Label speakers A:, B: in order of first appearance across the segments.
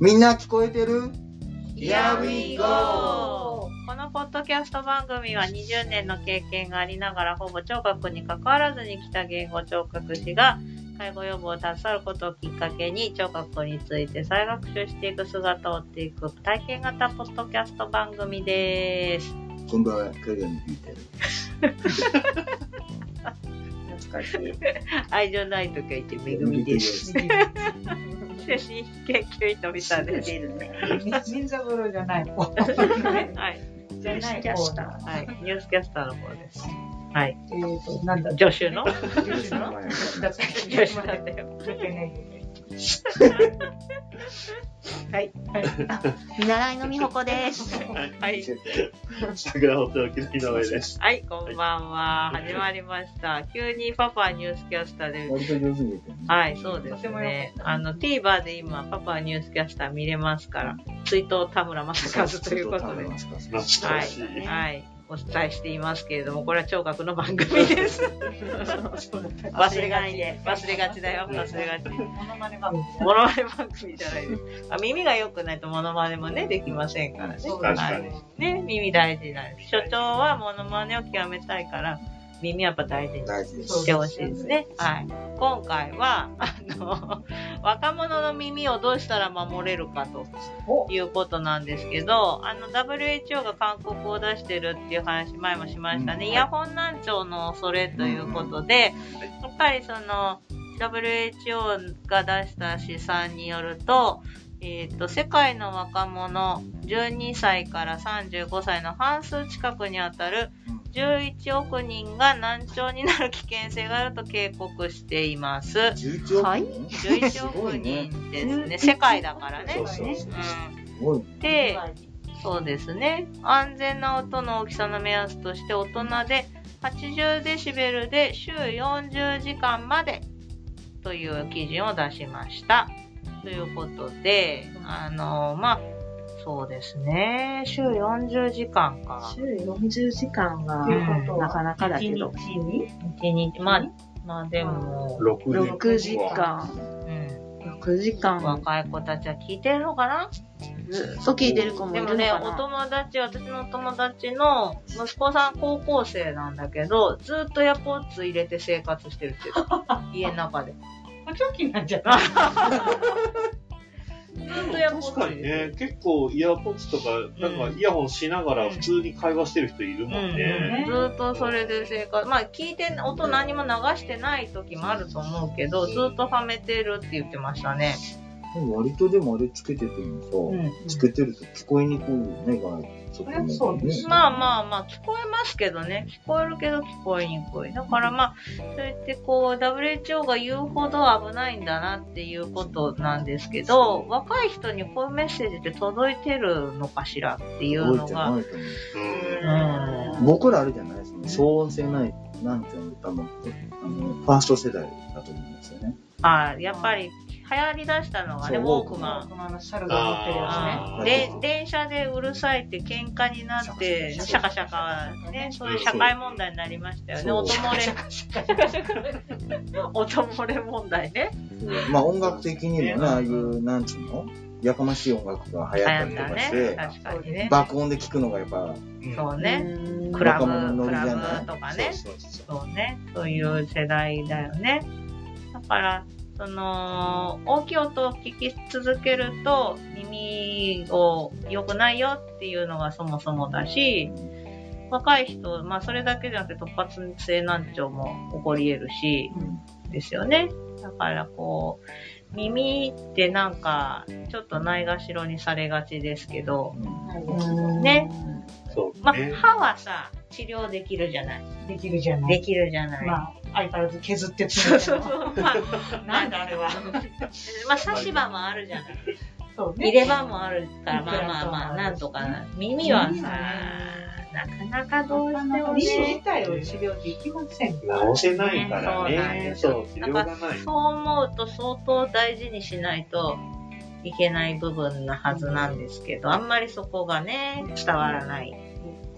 A: みんな聞こえてる
B: Here we go!
C: このポッドキャスト番組は20年の経験がありながらほぼ聴覚に関わらずに来た言語聴覚士が介護予防を携わることをきっかけに聴覚について再学習していく姿を追っていく体験型ポッドキャスト番組です。
A: こんばんは、影のピーターです。
B: 懐かしい。
C: 愛情ないと書いてめぐみ です。精神研究員のみさんです。
B: 出るね。
D: 新三郎じゃないの。
C: はい、はい、
D: じゃない
B: キャ
D: 方
B: スター
D: だ。
C: はい、ニュースキャスターの方です。はい、
D: えーと、なんだっけ。
C: 助手 の
D: 女子のだっけ
C: 助手だったよ。はい、
B: 見習いのみほこです。
C: はい。
E: 桜本沖の井上です。
C: はい、こんばんは。始まりました。急にパパニュースキャスターで。
A: 割と上手に言ってるね
C: はい、そうで
D: と
C: す
D: てもよ
C: ね。あの、TVer で今、パパニュースキャスター見れますから、追悼田村正和ということで、
E: 懐かしい。
B: ね
C: はい、お伝えしていますけれども、これは聴覚の番組です。忘れがちで。忘れがちだよ、忘れがち。
D: モノマネ番組じゃ
C: モノマネ番組じゃないです。あ耳が良くないとモノマネもね、できませんからね。
D: そう
E: 確
D: だ
E: か
C: はい
E: に。
C: ね、耳大事なんです。所長はモノマネを極めたいから、耳やっぱ大事に
A: 大事です。
C: してほしいですね。はい。今回は、あの、若者の耳をどうしたら守れるかと
D: お
C: いうことなんですけど、あの、WHO が勧告を出してるっていう話、前もしましたね。
A: うん
C: イヤホン難聴の恐れということで、やっぱりその、WHO が出した試算によると、えっと世界の若者12歳から35歳の半数近くにあたる11億人が難聴になる危険性があると警告しています。
A: 11億
B: はい
A: 人
C: 11億人ですね。
B: ね
C: 世界だからね
A: そ。うそうそう。
C: う
A: すごいね
C: ん、で、そうですね。安全な音の大きさの目安として大人で80デシベルで週40時間までという基準を出しました。ということで、あの、まあ、そうですね。週40時間か。
B: 週40時間は
C: うん
B: なかなかだけど、
C: 1日、まあ、まあでも、
E: 六
B: 6時間、
C: うん。
B: 6時間、
C: 若い子たちは聞いてるのかな
B: ずっと聞いてる子も
C: で
B: いるの
C: も
B: か
C: ね、お
B: な。
C: 友達、私のお友達の息子さん高校生なんだけど、ずっとエアポーツ入れて生活してるって 言ってた家の中で。
D: ない。長期なんじゃない。
C: ずっとエアポー
E: 確
C: ツ
E: か
C: 入
E: に
C: れて
E: ね、結構イヤポッツとか、なんかイヤホンしながら普通に会話してる人いるもんね。
C: うんずっとそれで生活、まあ聞いて、音何も流してない時もあると思うけど、ずっとはめてるって言ってましたね。
A: でも割とでもあれつけてても
C: ん
A: さ、つけてると聞こえにくいよね、外
D: そりゃそうです
C: まあまあまあ、聞こえますけどね。聞こえるけど聞こえにくい。だからまあ、そうやってこう、WHO が言うほど危ないんだなっていうことなんですけど、若い人にこういうメッセージって届いてるのかしらっていう
A: 覚
C: の
A: えてないと思
C: が。
E: うん
C: うん
A: う。僕らあれじゃないですね。騒音性ない、なんていうの、多分、あの、ファースト世代だと思うんですよね。
C: ああ、やっぱり流行りだしたのがね、ウ
A: そう
C: ォーク
A: ウォ
C: マン。
D: のシャルが持ってるや
C: あー
E: あー
C: で電車でうるさいって喧嘩になって、シャカシャカ、ね、そういう社会問題になりましたよね。
A: そう
C: 音漏れ、音漏れ問題ね。
A: まあ音楽的にもね、ああいう、なんつうのやかましい音楽が流
C: 流
A: 行っ
C: 行った
A: り
C: た
A: とか
C: ね
A: し。て、
C: 確かにね。
A: 爆音で聞くのがやっぱ、
C: そうね。
B: うん
C: クラブ、
A: 若者のノ
C: ク
A: リじゃ
C: ラ
A: ない
C: ブとかね。
E: そうそうそう
C: そうね。そういう世代だよね。だから、その、大きい音を聞き続けると、耳を良くないよっていうのがそもそもだし、若い人、まあそれだけじゃなくて突発性難聴も起こり得るし、ですよね。だからこう、耳ってなんか、ちょっとないがしろにされがちですけど、
B: うん
C: ね。
E: そう
C: まあ、
E: ね。
C: 歯はさ、治療できるじゃない。
D: できるじゃな
C: で
D: い。
C: きるじゃない。
D: まあ、相変わらず削ってつ
C: そう
D: けて
C: そう
D: る
C: そう。まあ、
D: なんだあれは。
C: まあ、差し歯もあるじゃない。
D: そうね
C: 入れ歯もあるから、まあまあまあ、なんとかな。耳はさ、なかなかどうしても
D: 耳自
C: ね。
D: 体を治療できません。
E: 直せないからね。
C: そ
E: そうう、治療がない。
C: そう思うと相当大事にしないといけない部分なはずなんですけど、あんまりそこがね、伝わらない。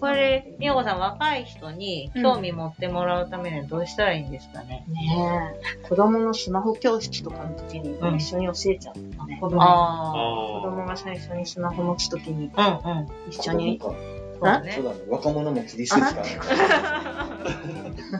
C: これ、みよこさん、若い人に興味持ってもらうためにはどうしたらいいんですかね。
B: ねえ子供のスマホ教室とかの時に一緒に教えちゃうな。
D: のね、子供。
C: あ
E: あ
D: 子供が最初にスマホ持つときに
C: あ。うんうん。
D: 一緒に。
A: そう
C: そうだ
A: だ
C: ね。
A: ね。若者も気にしてるからね。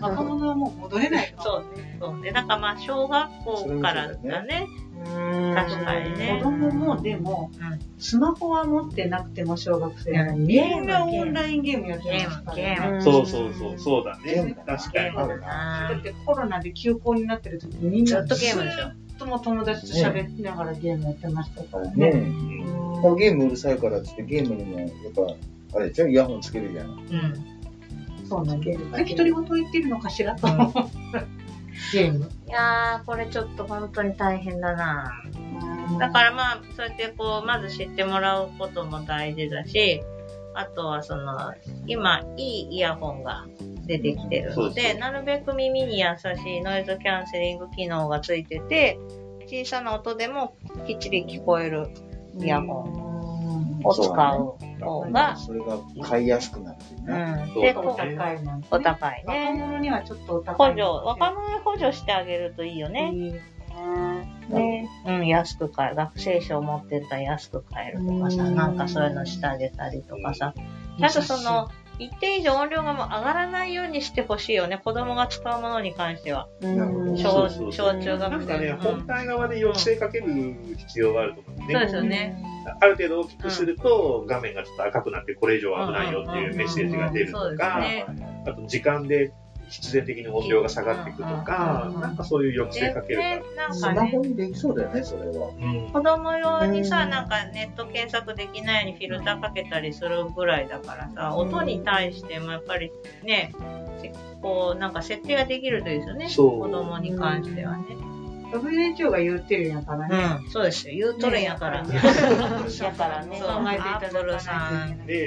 D: 若者はもう戻れないから。
C: そうね。そうね。なんかまあ、小学校からだね。確かにね
D: 子供もでも、スマホは持ってなくても小学生なのに
C: いや
D: みんなオンラインゲームやって
C: ゲー
D: ます
C: ム、
D: か
C: ゲ
D: ら
C: ーム。
E: ーそうそうそう、そうだ
A: ゲーム
E: ね
A: だ。な
E: 確かに。
A: あるな。
D: だ
C: あ
D: ってコロナで休校になってる時みん
C: ず
D: な
C: っとゲームでしょ。
D: ずっともう友達と喋りながらゲームやってましたか
A: ね
D: らね。う
A: え。
D: ん
A: このゲームうるさいからってって、ゲームにも、やっぱ、あれでしょイヤホンつけるじゃん。
C: うん。
D: そうなんです。あれ独り言言ってるのかしらと 思う。ゲーム。
C: いやー、これちょっと本当に大変だなだ
D: ら、
C: からまあ、そうやってこう、まず知ってもらうことも大事だし、あとはその、今、いいイヤホンが出てきてるの
E: そう
C: で、
E: そう
C: なるべく耳に優しいノイズキャンセリング機能がついてて、小さな音でもきっちり聞こえるイヤホン
D: ン。
C: を使う方が、
A: それが買いやすくなるっていう
C: う
A: ね。
C: ん。
E: そう
C: で、
E: そ
D: お
E: う
C: こう
D: 高いなんて
C: お
D: ね。
C: 高い
D: 若
C: ね。
D: 者にはちょっとお
C: 補
D: 高い。
C: 助、若者に補助してあげるといいよね。
D: いいね。
C: ね、うん、安く買え、学生証持ってったら安く買えるとかさ、
D: うん
C: なんかそういうのしてあげたりとかさ、ちゃんとその、一定以上音量がもう上がらないようにしてほしいよね、子供が使うものに関しては。
D: うん、
A: なるほど
E: そ
C: 小
E: うそう
C: 小中
E: な
C: 学
E: んかね、
C: 生。うん
E: 本体側で抑制かける必要があると思う
C: そうです
E: ね。
C: よね。
E: ある程度大きくすると、画面がちょっと赤くなって、これ以上は危ないよっていうメッセージが出ると
C: うんうんうんそう
E: か、
C: ですね
E: あと時間で必然的に音量が下がっていくとか、なんかそういう抑制か
C: で
E: けるから
C: ね、なん
A: ス
C: か
A: マ
C: ね
A: ホ、にできそうだよね、それは。
E: うん
C: 子供用に
D: う
C: さ、
D: ん
C: なんかネット検索できないようにフィルターかけたりするぐらいだからさ、音に対してもやっぱりね、こう、なんか設定ができるといいですよね、
E: そう
C: 子供に関してはね。
D: WHO が言ってるんやからね。
C: うん、そうですよ。言うとるんや から。
D: ね
C: やからね
D: そう考えていただかないとい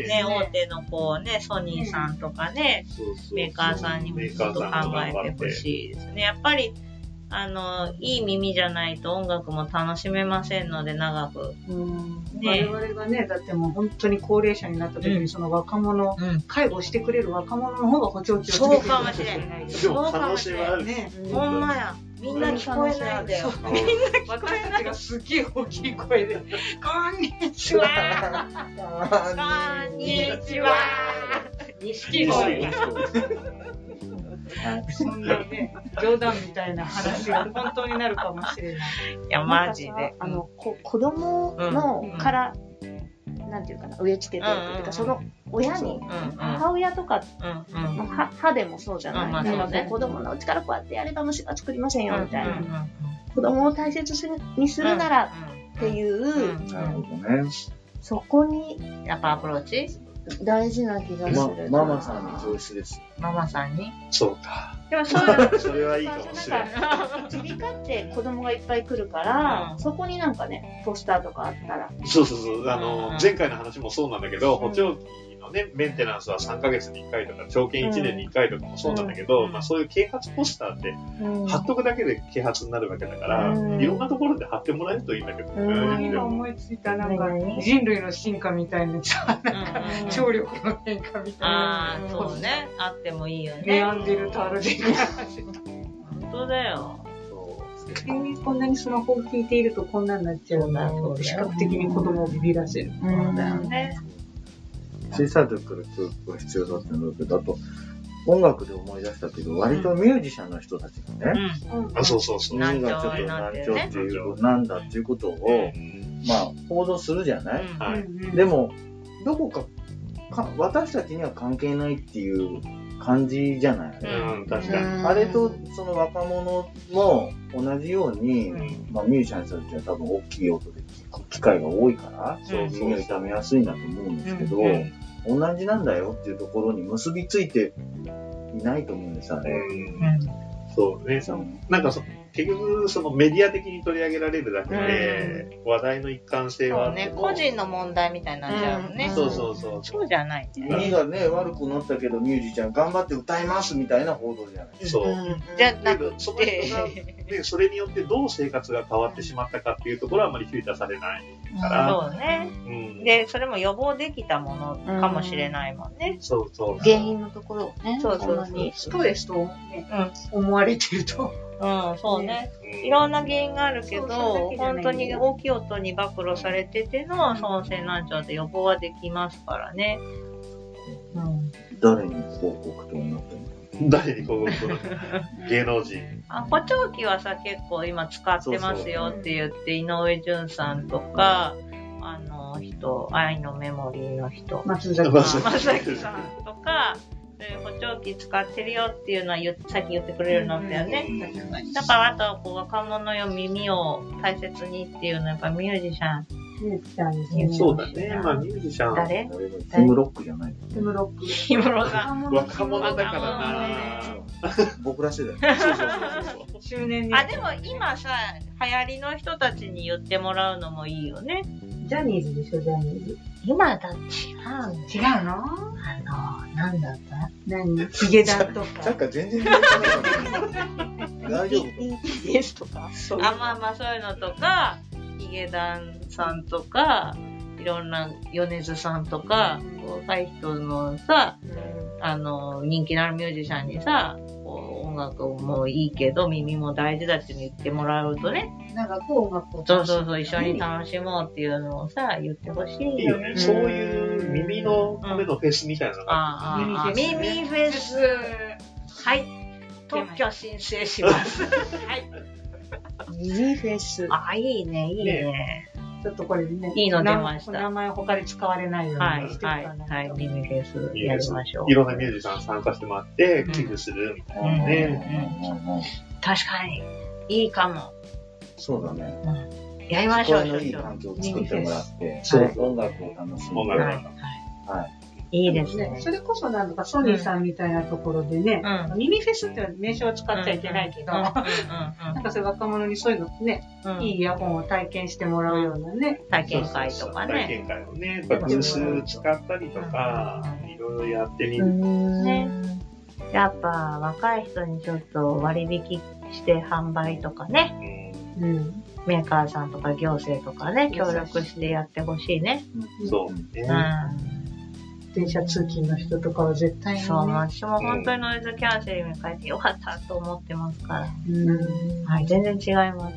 D: けな
C: ね、
D: い。
C: 大手のこうね、ソニーさんとかね、
E: そうそうそう
C: メーカーさんにも
E: メ
C: ち
E: ー
C: ょ
E: カ
C: っ
E: ー
C: と考
E: さんも頑張
C: え
E: って
C: ほしいですね。やっぱり、あの、いい耳じゃないと音楽も楽しめませんので、長く。
D: うん
C: ね
D: 我々がね、だってもう本当に高齢者になった時
C: う
D: に
C: ん
D: その若者、
C: うん。
D: 介護してくれる若者の方が補聴器をつけてくれる
C: そうかもしれん
D: ね
E: でも可能性はある。
D: ね、
C: ほんまや。みんな聞こえないんだよ。
D: 私たちがすっげえ大きい声で、こんに
C: ちは
A: こ
C: こんにちは
D: 錦鯉そんなね、冗談みたいな話が本当になるかもしれない。
C: いや、マジ
B: なんか
C: で
B: さ。あの、こ子供のから、なんていうかな、植え付けてるというか、その親に、
C: うん、うん、
B: 母親とか、
C: うん、うん。
B: まあ歯歯でもそうじゃ
C: うんまあ
B: ない。
C: そうね
B: なんかこう子供のうちからこうやってやれば虫は作りませんよ、みたいな。
C: な。
B: 子供を大切にするならって
C: う
B: いう、
C: ん。
A: なるほどね。
B: そこに
C: やっぱアプローチ
B: 大事な気がする。
A: まママさんの教室です。
C: ママさんに
E: そうか。
C: でもそういう
E: それはいいかもしれない。
B: 耳鼻科って子供がいっぱい来るから、
C: うん
B: そこになんかね、ポスターとかあったら。
E: そうそうそう。あ
C: うん
E: の、前回の話もそうなんだけど、補聴器のね、メンテナンスは3ヶ月に1回とか、長券1年に1回とかもそうなんだけど、
C: うん
E: まあそういう啓発ポスターって、貼っとくだけで啓発になるわけだから、
B: うん
E: いろんなところで貼ってもらえるといいんだけどね。
B: うん
D: 今思いついたなんか人類の進化みたいなさ、なんか聴力の変化みたいな。
C: ああ、そうね。あってもいいよ
D: ネア
C: ね。
D: ンデルタール人
C: 本当だよ。
D: こんなにスマホを聞いているとこんなになっちゃうな
C: そうだよ
D: 視覚的に子供をビビらせる。
C: そうだよね。
A: 小さい時から教育が必要だったんだけど、あと、音楽で思い出したけど、割とミュージシャンの人たちがね、
C: う
E: あ、そうそうそう。
C: 難
A: 耳
C: 聴
A: がちょっと難聴っていうこと、なんだっていうことを、まあ、報道するじゃない、
C: ん。
E: はい
A: でも、どこかか、私たちには関係ないっていう感じじゃない、
E: うん、確かに。
A: あれと、その若者も同じように、
E: うん
A: まあ、ミュージシャンの人たちは多分大きい音で聞く機会が多いから、
E: そうそ
A: 耳を
E: う。
A: 痛めやすいんだと思うんですけど、
E: うん
A: 同じなんだよっていうところに結びついていないと思うんですよね。
E: うんそうね。なんかそ結局、そのメディア的に取り上げられるだけで、話題の一貫性は
C: そ
E: あ
C: う
E: るけ
C: ね。
E: ど。
C: 個人の問題みたいになっちゃうもんね。
E: そうそうそう。
C: そうじゃないんだよね。
A: 耳がね、悪くなったけど、ミュージシャン頑張って歌いますみたいな報道じゃない。
E: そう。
C: じゃなく
E: その人が
C: て。
E: で、それによってどう生活が変わってしまったかっていうところはあまりフィーターされないから、
C: そうね。
E: うん。
C: で、それも予防できたものかもしれないもんね。
E: そうそう。
B: 原因のところをね、
C: そうそう
B: こんなに
D: ストレスと、ね
C: うん
D: 思われてると
C: うん、そうね。い
E: ん
C: ろんな原因があるけど、
B: そうそれだけじゃな
C: 本
B: い
C: 当に大きい音に暴露されてての損性難聴で予防はできますからね。うん。
A: 誰に報告とになってるの
E: 誰に広告するの芸能人。
C: あ、補聴器はさ、結構今使ってますよって言って、井上淳さんとか、あの人、愛のメモリーの人、
D: 松崎
E: 松
D: さ
E: 崎
D: ん。
C: まさきさんとか、そういう補聴器使ってるよっていうのは言っさっき言ってくれるようになったよね。だからあとはこう若者よ耳を大切にっていうのはやっぱミュージシャン
E: そうだね。まあ、ミュージシャン。
A: 誰
C: 誰
A: もティムロックじゃないの
D: テムロック。
C: 氷室さん。
E: 若者だから
C: 若
E: な。
A: 僕ら世代。
E: そうそうそうそう
D: 中年に。
C: あ、でも今さ、流行りの人たちに言ってもらうのもいいよね。
D: ジャニーズでしょ、ジャニーズ。
B: 今だって違う
D: 違うの
B: あの、なんだった
D: 何ヒゲダンと
A: なん
D: か。
A: か全然大 丈夫か
B: ?BTS とか。そう
C: あ、まあまあそういうのとか、ヒゲダンさんとか、いろんな米津さんとか、若い人のさ、あの、人気のあるミュージシャンにさ、こう音楽もいいけど耳も大事だって言ってもらうとね、
D: なんかこう音楽を。
C: そうそうそう、一緒に楽しもうっていうのをさ、言ってほし
E: い
C: い
E: い
C: よ
E: よ
C: ね。
E: ね。そういう耳のためのフェスみたいなのがあっ
C: ああ、ああ
D: 耳フェスね
C: 耳フェス。はい。特許申請します。はい。
B: ミニフェス。
C: あ、いいね、いいね。
D: ちょっとこれね。
C: いいの出ました
D: 名前他で使われないよう
C: はい、
D: にして
C: はい、はい。耳フェス
E: て
C: やりましょう
E: い。ろんなミュージシャン参加してもらって
C: うん、
E: 寄付するみたい
A: な。
E: なね。
A: ね。
C: 確かに。いいかも。
A: そうだね。
C: やりましょう、
A: のいい
C: ちょっと
A: 環境を作ってもらって、
C: そう
A: 音楽を楽しんで。
E: 音
C: はい、
E: 楽
C: はい。いいですね。
D: それこそなんかソニーさんみたいなところでね、
C: う
D: 耳フェスっていう名称を使っちゃいけないけど、
C: うんうん
D: な
C: うん
D: んかそういう若者にそういうのね、
C: うんうん
D: いいイヤホンを体験してもらうようなね、
C: 体験会とか
E: 体
C: ね。
E: 験会をね、ブース使ったりとか、いろいろやってみる。
C: ね。やっぱ若い人にちょっと割引して販売とかね。
D: うん、
C: メーカーさんとか行政とかね、協力してやってほしいね。
E: そう
C: うん。
E: ね。
D: 電車通勤の人とかは絶対に、ね、
C: そう、私も本当にノイズキャンセリングに変えてよかったと思ってますから。
D: うん
C: はい、全然違います。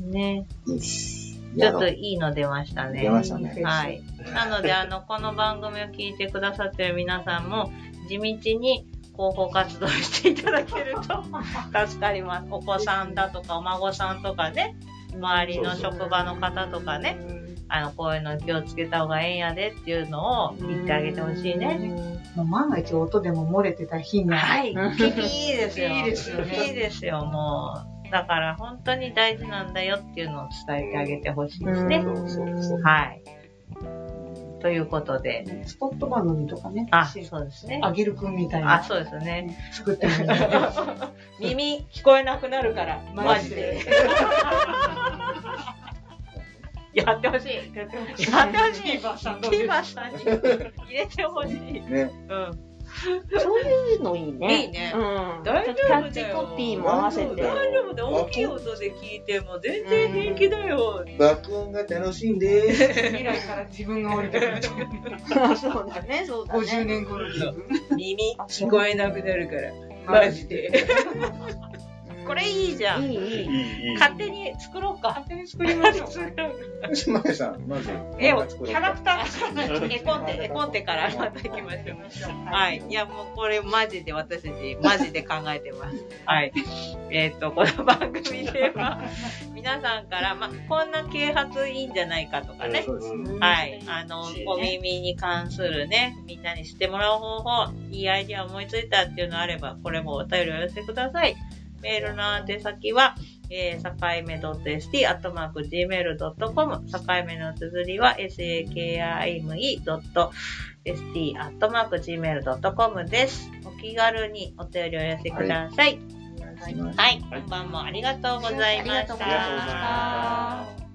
C: ね。
A: よし。
C: ち
A: や
C: ょっ
A: ろ
C: と
A: う
C: いいの出ましたね。
A: 出ましたね
D: 耳フェス
C: はい。なので、あの、この番組を聞いてくださってる皆さんも、地道に広報活動していただけると 助かります。お子さんだとか、お孫さんとかね、周りの職場の方とかね、あの、こういうの気をつけた方がええんやでっていうのを言ってあげてほしいね。
D: もう万が一音でも漏れてた日には、
C: はい。
D: うん
C: ピピーですよ。
D: いいですよね
C: いいですよ、もう。だから本当に大事なんだよっていうのを伝えてあげてほしいですね。
E: そうそうそう。
C: はい。ということで。
D: スポット番組とかね、
C: あ、そうですね。
D: あげるくんみたい
C: あ、
D: な
C: そうですね。
D: 作ってみ る
C: 耳聞こえなくなるから、マジで。やってほしい。やってほしい。
D: ティーバーさ んどう
C: テ
D: です
C: ィーバーさんに入れてほしい。
A: ね。
C: うん。
B: そういうのいいね。
C: いいね
B: うん。
C: 大丈夫だよ
B: キャッチコピーも合わ せて。
A: 大
C: 大丈夫で大きい音で聞いても全然平気だよ。
A: 爆音が楽しいんで
D: 未来から自分が降りて くると思う
B: そうだね、そうだね。
D: 50年後の自分
C: 耳聞こえなくなるから、マジで。これいいじゃん
B: いい、
E: い
B: いい。
E: い、いい。
C: 勝手に作ろうか。
D: 勝手に作りましょ う
A: す。まゆさん、まず。
C: 絵を、キャラクター、絵コンテ、絵コンテからまた行きましょう。はい。いや、もうこれマジで私たち、マジで考えてます。はい。 えっ、と、この番組では、皆さんから、まあ、こんな啓発いいんじゃないかとかね。
A: そうですね。
C: はい。あの、お耳に関するね、みんなに知ってもらう方法、いいアイディア思いついたっていうのあれば、これもお便りを寄せてください。メールの宛先は、えー、境目 .st、アットマーク gmail.com、境目の綴りは、sakime.st、アットマーク gmail.com です。お気軽にお便りを寄せてください。
A: お願いします
C: はい。本番もありがとうございました。
B: ありがとうございました